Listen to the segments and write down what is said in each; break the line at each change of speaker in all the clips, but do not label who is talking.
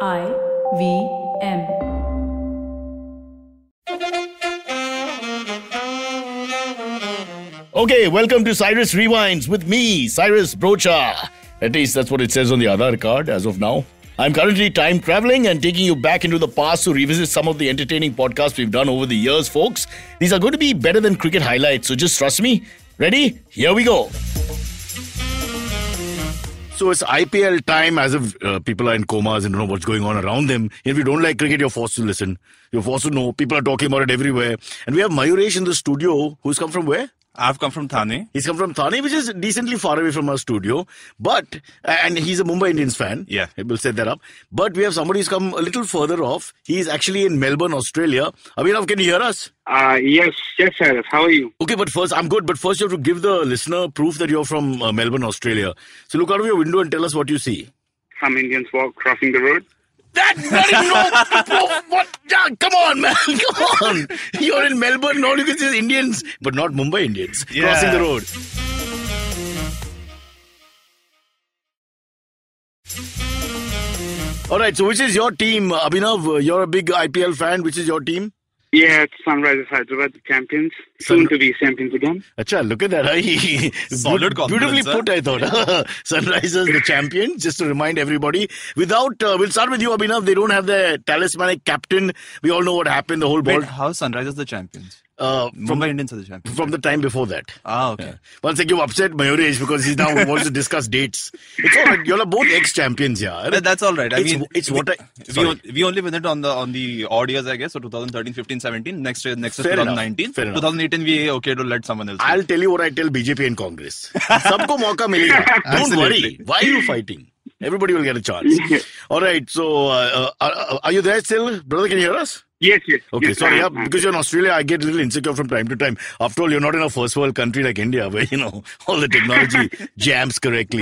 I V M.
Okay, welcome to Cyrus Rewinds with me, Cyrus Brocha. At least that's what it says on the Aadhaar card as of now. I'm currently time traveling and taking you back into the past to revisit some of the entertaining podcasts we've done over the years, folks. These are going to be better than cricket highlights, so just trust me. Ready? Here we go. So it's IPL time, as if uh, people are in comas and don't know what's going on around them. If you don't like cricket, you're forced to listen. You're forced to know. People are talking about it everywhere. And we have Mayuresh in the studio, who's come from where?
I've come from Thane.
He's come from Thane, which is decently far away from our studio, but and he's a Mumbai Indians fan.
Yeah.
we'll set that up. But we have somebody who's come a little further off. He's actually in Melbourne, Australia. Abhinav, can you hear us?
Uh, yes, yes, Cyrus. How are you?
Okay, but first, I'm good. But first, you have to give the listener proof that you're from uh, Melbourne, Australia. So look out of your window and tell us what you see.
Some Indians walk crossing the road.
That that is no proof. What? Yeah, come on, man. Come on. You're in Melbourne. All you can see is Indians, but not Mumbai Indians
Yeah.
crossing the road. All right. So, which is your team, Abhinav? You're a big IPL fan. Which is your team?
Yeah, it's Sunrisers Hyderabad, the champions. Soon to be champions again.
Acha, look at that. Hey. Beaut-
Solid compliments,
Beautifully
huh?
put, I thought. Sunrisers, the champion, just to remind everybody. Without, uh, we'll start with you, Abhinav. They don't have their talismanic captain. We all know what happened, the whole ball.
Wait, how Sunrise is the champions?
Uh, from,
Mumbai Indians are the champions.
from the time before that.
Ah, okay.
Once again, you upset Mayuresh because he now wants to discuss dates. It's all right. You're both ex-champions, yeah.
That- that's all right. I
it's,
mean,
it's
we-
what I...
we,
sorry.
on- we only win it on the on the odd years, I guess. So 2013, 15, 17. Next year, next year,
Fair enough.
2019.
Fair enough.
2018, we okay to let someone else.
I'll tell you what I tell BJP and Congress. Sabko mauka milega. Don't worry.
Absolutely.
Why are you fighting? Everybody will get a chance. All right. So, uh, uh, are, are you there still? Brother, can you hear us?
Yes, yes.
Okay,
yes,
sorry,
I
yeah,
am.
because you're in Australia, I get a little insecure from time to time. After all, you're not in a first world country like India, where you know all the technology jams correctly.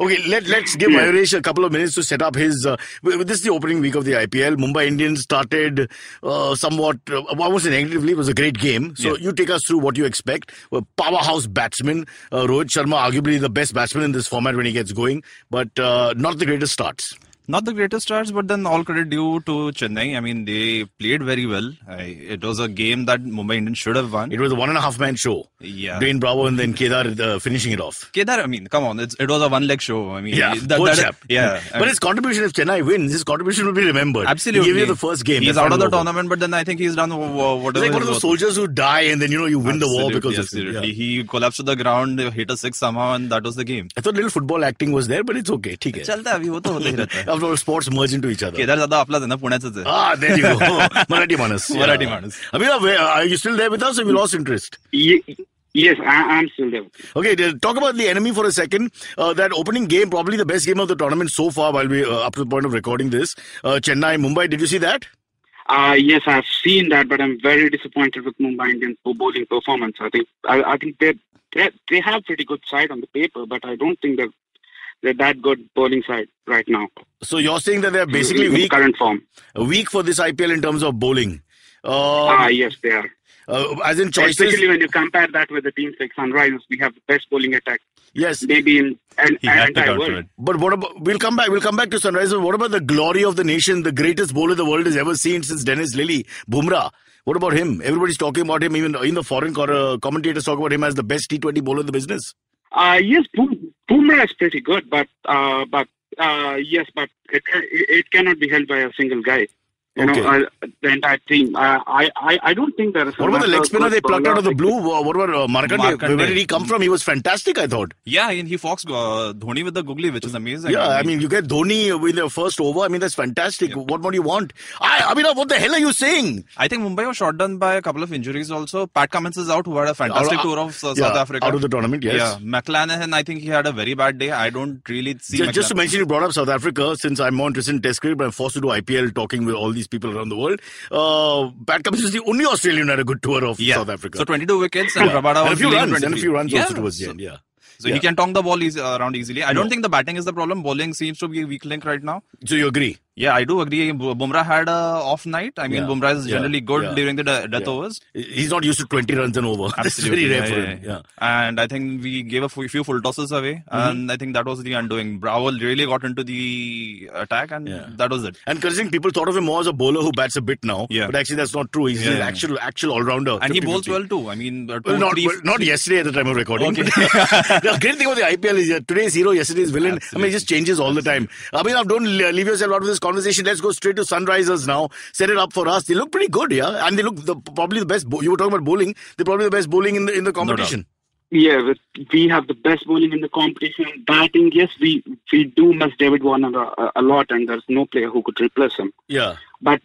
Okay, let let's give Ayuresh a couple of minutes to set up his. Uh, w- w- this is the opening week of the IPL. Mumbai Indians started uh, somewhat, uh, I won't say negatively. It was a great game. So you take us through what you expect. A powerhouse batsman, uh, Rohit Sharma, arguably the best batsman in this format when he gets going, but uh, not the greatest starts.
Not the greatest stars, but then all credit due to Chennai. I mean, they played very well. I, it was a game that Mumbai Indians should have won.
It was a one and a half man show.
Yeah.
Dwayne Bravo and then Kedar uh, finishing it off.
Kedar, I mean, come on, it's, it was a one-leg show. I mean,
Yeah,
that-
poor
that-
chap.
yeah. I
but
mean-
his contribution if Chennai wins, his contribution will be remembered.
Absolutely.
He gave you the first game.
He's
that's
out of
all
the
over.
tournament, but then I think he's done wh- wh-
He's
whatever.
like one of
his
those
work-
soldiers who die and then you know you win the war
Absolutely,
because of
absolutely.
him. Yeah.
He collapsed to the ground, hit a six somehow, and that was the game.
I thought little football acting was there, but it's okay. ठीक है.
चलता है अभी वो तो होता ही रहता है
After all, sports merge into each other.
Kedar दादा आपलाच आहे ना पुण्याचाच आहे
Ah, there you go. Marathi Manas. Yeah.
Marathi Mm. Manas.
Abhinav, where- are you still there with us or have you lost interest?
Ye- yes, I, I'm still there.
Okay, then talk about the enemy for a second. Uh, that opening game, probably the best game of the tournament so far while we uh, up to the point of recording this. Uh, Chennai, Mumbai, did you see that?
Uh, yes, I've seen that, but I'm very disappointed with Mumbai Indians for bowling performance. I think I, I think they they they have pretty good side on the paper, but I don't think they're they're that good bowling side right now.
So you're saying that they're basically Um,
in the
weak
current form.
weak for this IPL in terms of bowling. Uh,
Ah, yes, they are.
uh, as in choices,
Especially when you compare that with the teams like Sunrisers, we have the best bowling attack
yes.
maybe in and,
He had to
entire
come to
world.
it.
But what about? We'll come back. We'll come back to Sunrisers. What about the glory of the nation, the greatest bowler the world has ever seen since Dennis Lilly, Bumrah? What about him? Everybody's talking about him. Even in the foreign cor- uh, commentators talk about him as the best T20 bowler in the business.
Uh, yes, Boom, Boomer is pretty good, but uh, but uh, yes, but it, it it cannot be held by a single guy. You
Okay.
know, uh, the entire team. Uh, I, I I don't think there is.
What about the leg spinner they plucked out of the blue? Wha- What about uh, Markande?
Markande.
Where did he come from? He was fantastic, I thought.
Yeah, and he foxed uh, Dhoni with the googly, which is amazing.
Yeah, I mean, you get Dhoni with the first over. I mean, that's fantastic. What more do you want? I, I mean, what the hell are you saying?
I think Mumbai was shot down by a couple of injuries also. Pat Cummins is out, who had a fantastic
Out-
tour of uh,
Yeah,
South Africa.
out of the tournament. Yes.
Yeah, McLanahan, I think he had a very bad day. I don't really see
Ju- Just to
McLaren-
mention, you brought up South Africa. Since I'm more interested in Test cricket, but I'm forced to do IPL talking with all these people around the world. Uh, Pat Cummins is the only Australian who had a good tour of
yeah.
South Africa.
So 22 wickets and
and
Rabada
a
was
few
leading on
runs, and a
23.
few runs
yeah.
also towards the
so-
end. Yeah.
So
Yeah.
he can tonk the ball easy, around easily. I don't
No.
think the batting is the problem. Bowling seems to be a weak link right now.
So you agree?
Yeah, I do agree. Bu- Bumrah had a off night. I mean,
Yeah,
Bumrah is
yeah,
generally good
yeah.
during the de- death
Yeah.
overs,
He's not used to 20 runs and over. That's very
Absolutely,
rare
yeah,
for
yeah,
him. Yeah. Mm-hmm.
and I think we gave a few, few full tosses away, and I think that was the undoing. Bravo really got into the attack, and
Yeah.
that was it.
And considering people thought of him more as a bowler who bats a bit now,
Yeah.
but actually that's not true. He's
Yeah,
an
yeah.
actual actual all rounder.
And he bowls well too. I mean, uh, two,
Well, not,
three-
well, not yesterday at the time of recording.
Okay.
but- the great thing about the IPL is yeah, today's hero, yesterday's villain. I mean, it
Absolutely.
just changes all the time. I mean, don't le- leave yourself out of this conversation. Let's go straight to Sunrisers now. Set it up for us. They look pretty good, yeah, and they look the, probably the best. Bo- you were talking about bowling. They're probably the best bowling in the in the competition.
Yeah, but we have the best bowling in the competition. Batting, yes, we we do miss David Warner a, a lot, and there's no player who could replace him.
yeah,
But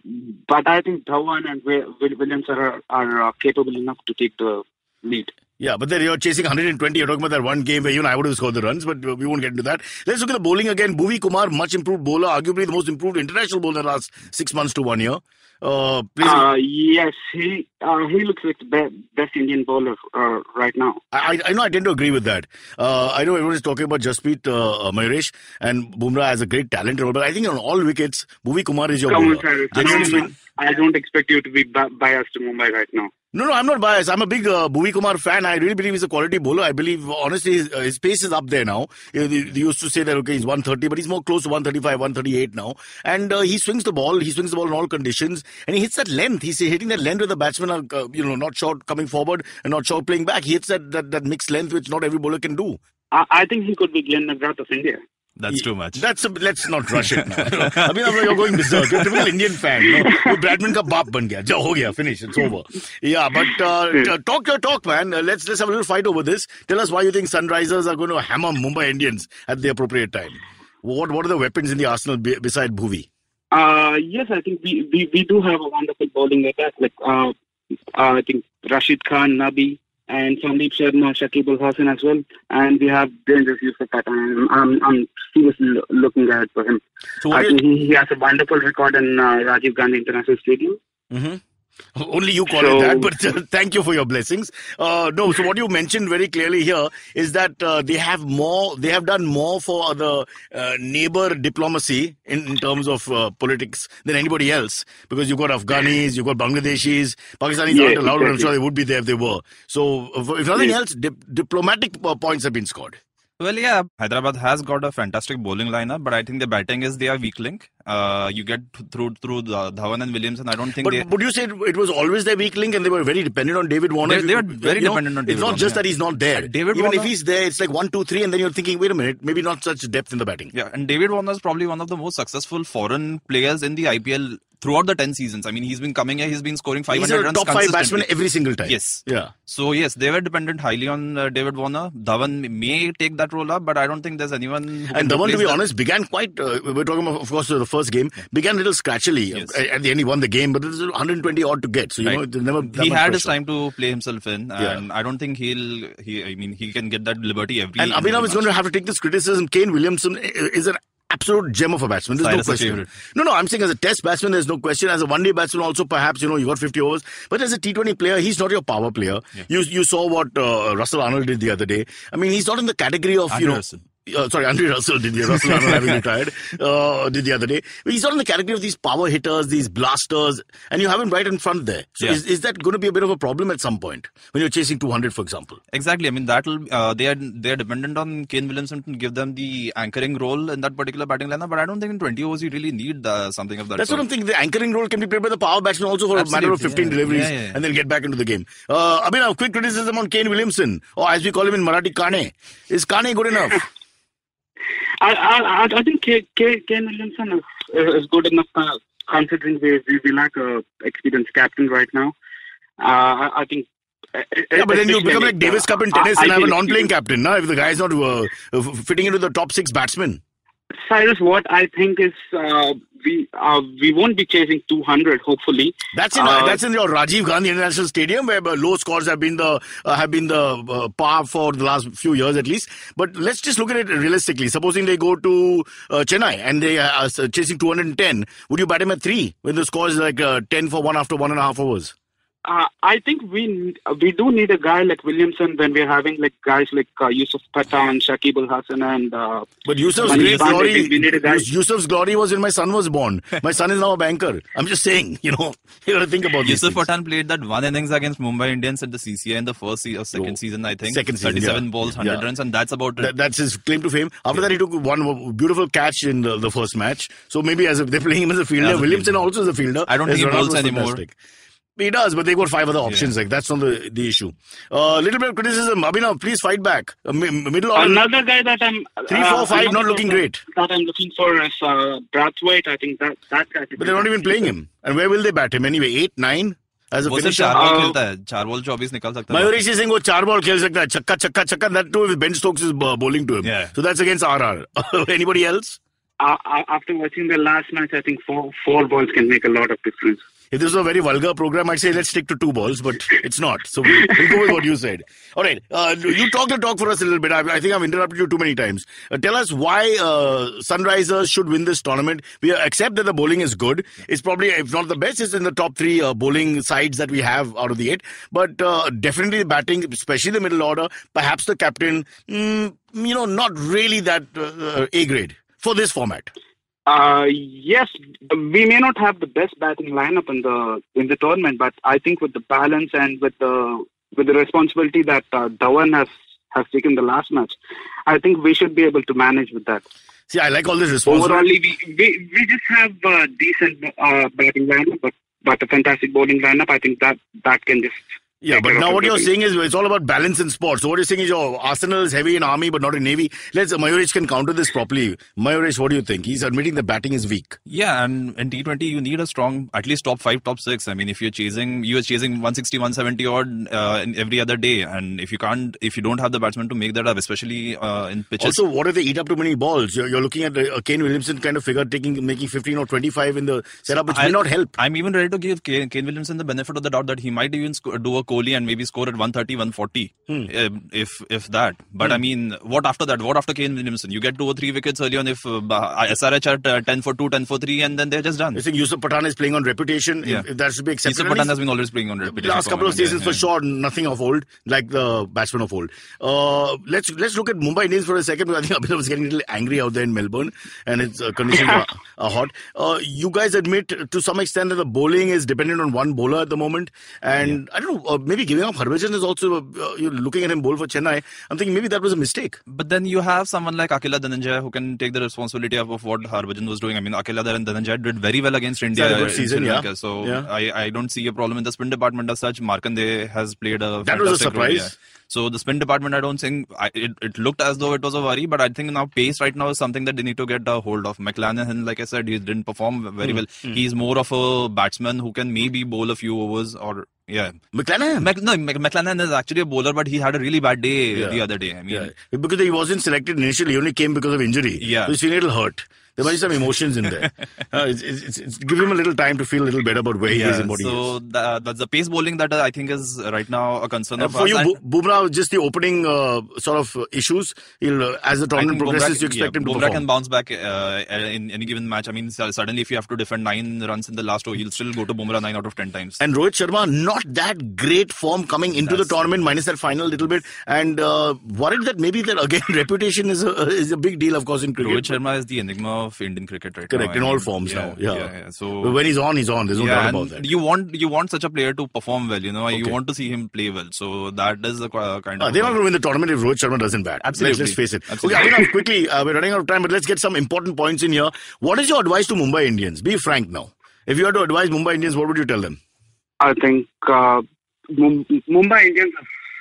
but I think Dhawan and Wi- Will Williams are are uh, capable enough to take the lead.
yeah. But then you're chasing 120. You're talking about that one game where even I would have scored the runs, but we won't get into that. Let's look at the bowling again. Bhuvi Kumar, much improved bowler, arguably the most improved international bowler in the last six months to one year. Uh, plays a
Uh, yes, he uh, he looks like the be- best Indian bowler uh, right now.
I, I- I know I tend to agree with that. Uh, I know everyone is talking about Jasprit uh, uh, Mayuresh and Bumrah has a great talent, and all, but I think on all wickets, Bhuvi Kumar is your
Come on,
bowler.
Cyrus. I
Genuinely
don't,
speaking-
I don't expect you to be bi- biased to Mumbai right now.
No, no, I'm not biased. I'm a big uh, Bhuvi Kumar fan. I really believe he's a quality bowler. I believe, honestly, his, uh, his pace is up there now. You- They they used to say that, okay, he's 130, but he's more close to 135, 138 now. And uh, he swings the ball. He swings the ball in all conditions. And he hits that length. He's hitting that length where the batsmen are, uh, you know, not short coming forward and not short playing back. He hits that, that, that mixed length, which not every bowler can do.
I, I think he could be Glenn McGrath of India.
e
That's too much.
That's a, let's not rush it. Now. I mean, you're going berserk. You're a typical Indian fan. You know? वो Bradman का बाप बन गया. जाओ हो गया. Finish. It's over. Yeah, but uh, t- talk your talk, man. Uh, let's let's have a little fight over this. Tell us why you think Sunrisers are going to hammer Mumbai Indians at the appropriate time. What what are the weapons in the arsenal be- beside Bhuvi?
Uh, yes, I think we, we, we do have a wonderful bowling attack. Like uh, I think Rashid Khan, Nabi, and Sandeep Sharma, Shakib Ul Hassan as well. And we have dangerous use of that. And I'm, I'm, I'm seriously lo- looking ahead for him.
So
I
what
think he, he has a wonderful record in uh, Rajiv Gandhi International Stadium.
hmm Only you call
So-
it that, but uh, thank you for your blessings. Uh, no, so what you mentioned very clearly here is that uh, they have more, they have done more for the uh, neighbor diplomacy in, in terms of uh, politics than anybody else because you've got Afghanis, you've got Bangladeshis, Pakistanis
Yeah,
aren't allowed, and I'm
exactly.
sure they would be there if they were. So, uh, if nothing
Yeah.
else, dip- diplomatic uh, points have been scored.
Well, yeah, Hyderabad has got a fantastic bowling lineup, but I think the batting is their weak link. Uh, you get th- through through the Dhawan and Williams, and I don't think
But
they.
would you say it, it was always their weak link and they were very dependent on David Warner?
They- they were very
You know,
dependent on
It's
David
not
Warner,
just
yeah.
that he's not there.
David
Even if
Warner-
he's there, it's like one, two, three, and then you're thinking, wait a minute, maybe not such depth in the batting.
Yeah, and David Warner is probably one of the most successful foreign players in the IPL throughout the ten seasons. I mean, he's been coming here, he's been scoring
He's
500
a
runs
top five batsman
consistently.
every single time.
Yes.
Yeah.
So yes, they were dependent highly on uh, David Warner. Dhawan may take that role up, but I don't think there's anyone. who can
And Dhawan, to
replace
be
that.
honest, began quite. Uh, we're talking about, of course, the first game began a little scratchily.
Yes.
At at the end, he won the game, but there's 120 odd to get. So you
Right.
know, it never. that
he
much
had his
pressure.
time to play himself in,
Yeah.
and I don't think he'll. He, I mean, he can get that liberty every.
And Abhinav is going to have to take this criticism. Kane Williamson i- is an absolute gem of a batsman. There's
Cyrus'
no question.
favourite.
No, no, I'm saying as a test batsman, there's no question. As a one-day batsman, also perhaps you know you got 50 overs. But as a T20 player, he's not your power player. You you saw what uh, Russell Arnold did the other day. I mean, he's not in the category of you know. Uh, sorry, Andre Russell did the Russell Arnold having retired uh, did the other day. He's not in the category of these power hitters, these blasters, and you have him right in front there. So
Yeah.
is, is that going to be a bit of a problem at some point when you're chasing 200, for example?
Exactly. I mean, that'll uh, they are they are dependent on Kane Williamson to give them the anchoring role in that particular batting lineup. But I don't think in 20 overs you really need uh, something of that.
That's
sort.
what I'm thinking. The anchoring role can be played by the power batsman also for a matter of
Absolutely,
15
yeah.
deliveries
Yeah, yeah, yeah.
and then get back into the game. Uh, I mean, a quick criticism on Kane Williamson, or as we call him in Marathi, Kane. Is Kane good enough?
I I, I- I think K, K, Kane Williamson is, is good enough uh, considering we, we we lack a experienced captain right now. Uh, e-, I, I think.
yeah, but then you become like Davis Cup
uh,
in tennis and have a non playing captain
captain.
now if the guy's not uh, f- fitting into the top six batsmen.
Cyrus, what I think is uh, we uh, we won't be chasing 200. Hopefully,
That's in
Uh,
that's in your Rajiv Gandhi International Stadium where uh, low scores have been the uh, have been the uh, par for the last few years at least. But let's just look at it realistically. Supposing they go to uh, Chennai and they are uh, chasing 210, would you bat him at three when the score is like uh, 10 for one after one and a half hours?
Uh, I think we we do need a guy like Williamson when we're having like guys like uh, Yusuf Pathan, Shakib Ul Hassan, and uh,
But Yusuf's
Money
great
is bad, I
glory,
think we need a guy.
Yusuf's glory was when my son was born. My son is now a banker. I'm just saying, you know, you got to think about these
Yusuf
things.
Pathan played that one innings against Mumbai Indians at the CCI in the first se- or second season, I think.
Second season,
37
yeah.
balls, 100
Yeah.
runs, and that's about it.
That, that's his claim to fame. After that, he took one beautiful catch in the, the first match. So maybe as a, they're playing him as a fielder.
As a
Williamson
fielder.
also is a fielder.
I don't
His
think he
runout
bowls
was
anymore.
fantastic. He does, but they got five other options. Like that's not the, the issue. Uh, little bit of criticism, Abhinav. Please fight back. Uh, mi- middle order,
another guy that I'm uh,
three, four, five, not
another
looking
guy
great.
That I'm looking for is uh, Brathwaite. I think that that guy.
but they're not even playing him. And where will they bat him anyway? Eight, nine, as a
वो सिर्फ
finisher. Uh,
चार ball
Uh,
खेलता है चार ball चौबीस निकाल सकता है
मयूर सिंह वो चार बॉल खेल सकता है छक्का छक्का छक्का that to Ben Stokes is bowling to him
Yeah.
So that's against RR anybody else
Uh, after watching the last match, I think four four balls can make a lot of difference.
If this was a very vulgar program, I'd say let's stick to two balls, but it's not. So we'll, we'll go with what you said. All right, uh, you talk the talk for us a little bit. I, I think I've interrupted you too many times. Uh, tell us why uh, Sunrisers should win this tournament. We accept that the bowling is good. It's probably, if not the best, it's in the top three uh, bowling sides that we have out of the eight. But uh, definitely the batting, especially the middle order, perhaps the captain, mm, you know, not really that uh, uh, A grade for this format.
Uh, yes, we may not have the best batting lineup in the in the tournament, but I think with the balance and with the with the responsibility that uh, Dhawan has has taken the last match, I think we should be able to manage with that.
See, I like all this
Overall,
responsibility.
we we, we just have a decent uh, batting lineup, but but a fantastic bowling lineup. I think that that can just
Yeah,
take
but
care
now
of
what you're
everything.
saying is it's all about balance in sports. So what you're saying is your arsenal is heavy in army but not in navy. Let's Mayuresh can counter this properly. Mayuresh, what do you think? He's admitting the batting is weak.
Yeah, and in T20 you need a strong, at least top five, top six. I mean, if you're chasing, you are chasing 160, 170 odd uh, in every other day, and if you can't, if you don't have the batsman to make that up, especially uh, in pitches.
also, what if they eat up too many balls? You're, you're looking at a a Kane Williamson kind of figure taking making 15 or 25 in the setup, which may
I-
not help.
I'm even ready to give Kane, Kane Williamson the benefit of the doubt that he might even sco- do a Kohli and maybe score at 130, 140,
Hmm.
um, if if that. But I mean, what after that? What after Kane Williamson? You get two or three wickets early on if uh, Bah- SRH at uh, 10 for 2, 10 for 3, and then they're just done.
You think Yusuf Pathan is playing on reputation? If-
Yeah.
If, that should be accepted.
Yusuf
at
Pathan
least-
has been always playing on reputation.
last
for
couple of
England, yeah,
seasons
yeah.
for sure, nothing of old, like the batsmen of old. Uh, let's let's look at Mumbai Indians for a second because I think Abhinav was getting a little angry out there in Melbourne, and its uh, conditions are, are hot. Uh, you guys admit to some extent that the bowling is dependent on one bowler at the moment, and I don't know, uh, maybe giving up Harbhajan is also uh, you're looking at him bowl for Chennai. I'm thinking maybe that was a mistake.
But then you have someone like Akila Dhananjay who can take the responsibility of, of what Harbhajan was doing. I mean, Akila Dhananjay did very well against India.
had a good
in
season,
Sri
yeah.
Lanka. So
Yeah.
I, I don't see a problem in the spin department as such. Markande has played a
That was a
fantastic role, yeah.
surprise.
So the spin department, I don't think I, it, it looked as though it was a worry, but I think now pace right now is something that they need to get a hold of. McLanahan, like I said, he didn't perform
Hmm.
very well. He's more of a batsman who can maybe bowl a few overs or yeah.
Hmm. McLaren.
Mac, no, Mac, McLanahan is actually a bowler, but he had a really bad day
Yeah.
the other day. I mean,
Yeah, because he wasn't selected initially. He only came because of injury.
Yeah.
So he's feeling a little hurt. There might be some emotions in there. Uh, it's, it's, it's, it's give him a little time to feel a little better about where he is and what he is.
so tha- that's the pace bowling that uh, I think is right now a concern
And
of
Uh, for
us.
you,
And
Bu- Bumrah, just the opening uh, sort of uh, issues. He'll uh, as the
I
tournament
think
progresses,
Bumrah-
you expect
yeah,
him to
Bumrah
perform.
can bounce back uh, in any given match. I mean, su- suddenly if you have to defend nine runs in the last over, he'll still go to Bumrah nine out of ten times.
And Rohit Sharma, not that great form coming into the
That's-
tournament, minus that final little bit, and uh, worried that maybe that again reputation is a is a big deal, of course, in cricket.
Rohit Sharma is the enigma of Indian cricket right now.
Correct
I
in all
mean,
forms
yeah,
now. Yeah.
So
But when he's on, he's on. There's no
yeah,
doubt
and
about that.
you want you want such a player to perform well. You know, you
Okay.
want to see him play well. So that is the qu- uh, kind
Uh,
of.
they're not going to win the tournament if Rohit Sharma doesn't bat. Let's,
Absolutely.
let's face it.
Absolutely.
Okay, Abhinav, quickly, uh, we're running out of time, but let's get some important points in here. What is your advice to Mumbai Indians? Be frank now. If you had to advise Mumbai Indians, what would you tell them?
I think uh, Mum- Mumbai Indians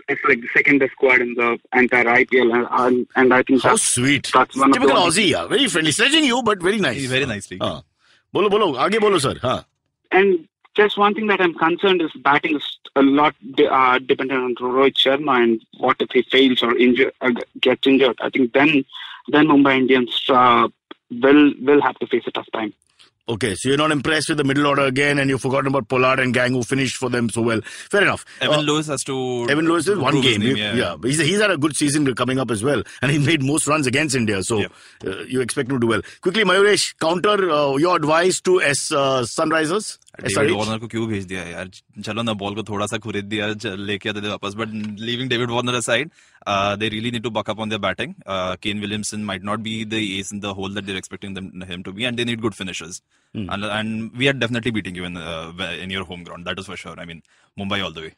is, is like the second best squad in the entire IPL, and and, and I think
How
that's,
sweet.
that's one
Typical
of the
Aussie, yeah. Very friendly. Sledging you, but very nice.
very nicely.
Uh, bolo, bolo. Aage bolo, sir. Huh.
and just one thing that I'm concerned is batting is a lot de- uh, dependent on Rohit Sharma, and what if he fails or injure uh, gets injured? I think then then Mumbai Indians uh, will will have to face a tough time.
Okay, so you're not impressed with the middle order again, and you've forgotten about Pollard and Gang, who finished for them so well. Fair enough.
Evan
Uh,
Lewis has to.
Evan Lewis is
to
one
prove his
game.
name,
He- yeah, but He's, he's had a good season coming up as well, and he made most runs against India. So
Yeah.
uh, you expect him to do well. Quickly, Mayuresh, counter uh, your advice to S uh, Sunrisers.
David
SRH?
Warner को क्यों भेज दिया यार चलो ना ball को थोड़ा सा खुरीद दिया चल, लेके आते थे वापस but leaving David Warner aside they really need to buck up on their batting Kane Williamson might not be the ace in the hole that they are expecting them him to be and they need good finishes
Hmm.
and and we are definitely beating you in uh, in your home ground that is for sure i mean mumbai all the way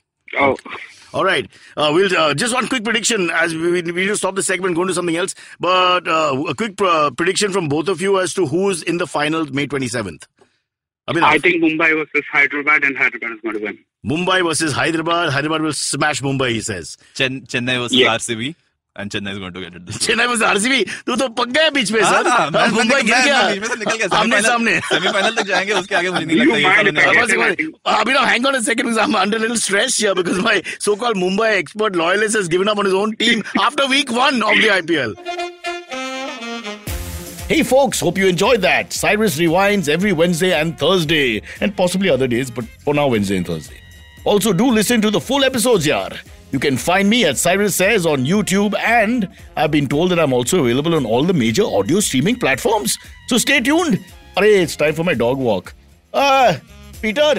Oh,
All right. Uh, we'll uh, just one quick prediction as we, we need to stop the segment, go into something else. But uh, a quick uh, prediction from both of you as to who's in the final May 27th. I mean,
I think Mumbai versus Hyderabad, and Hyderabad is going to win.
Mumbai versus Hyderabad. Hyderabad will smash Mumbai, he says.
Chen- chennai versus
Yeah.
rcb and chennai is going to get it this
Chennai versus RCB. तू तो पक गया है बीच में
हाँ,
sir
हाँ,
अब
मैं- मैं
मुंबई
निकल-
गिर
मैं-
गया
मैं बीच में से निकल गया।
आमने
Semi-final-
सामने
सेमीफाइनल तक जाएंगे उसके आगे मुझे नहीं
You
लगता ये
mind
साल
if I
होने
get
वाला
it?
है।
Abhinav, Abhinav, hang on a second because I'm under a little stress here because my so-called Mumbai expert loyalist has given up on his own team after week one of the IPL. Hey folks, hope you enjoyed that. Cyrus rewinds every Wednesday and Thursday, and possibly other days, but for now, Wednesday and Thursday. Also, do listen to the full episodes, yaar. You can find me at Cyrus Says on YouTube, and I've been told that I'm also available on all the major audio streaming platforms. So stay tuned. Arey, it's time for my dog walk. Ah, Uh, Peter,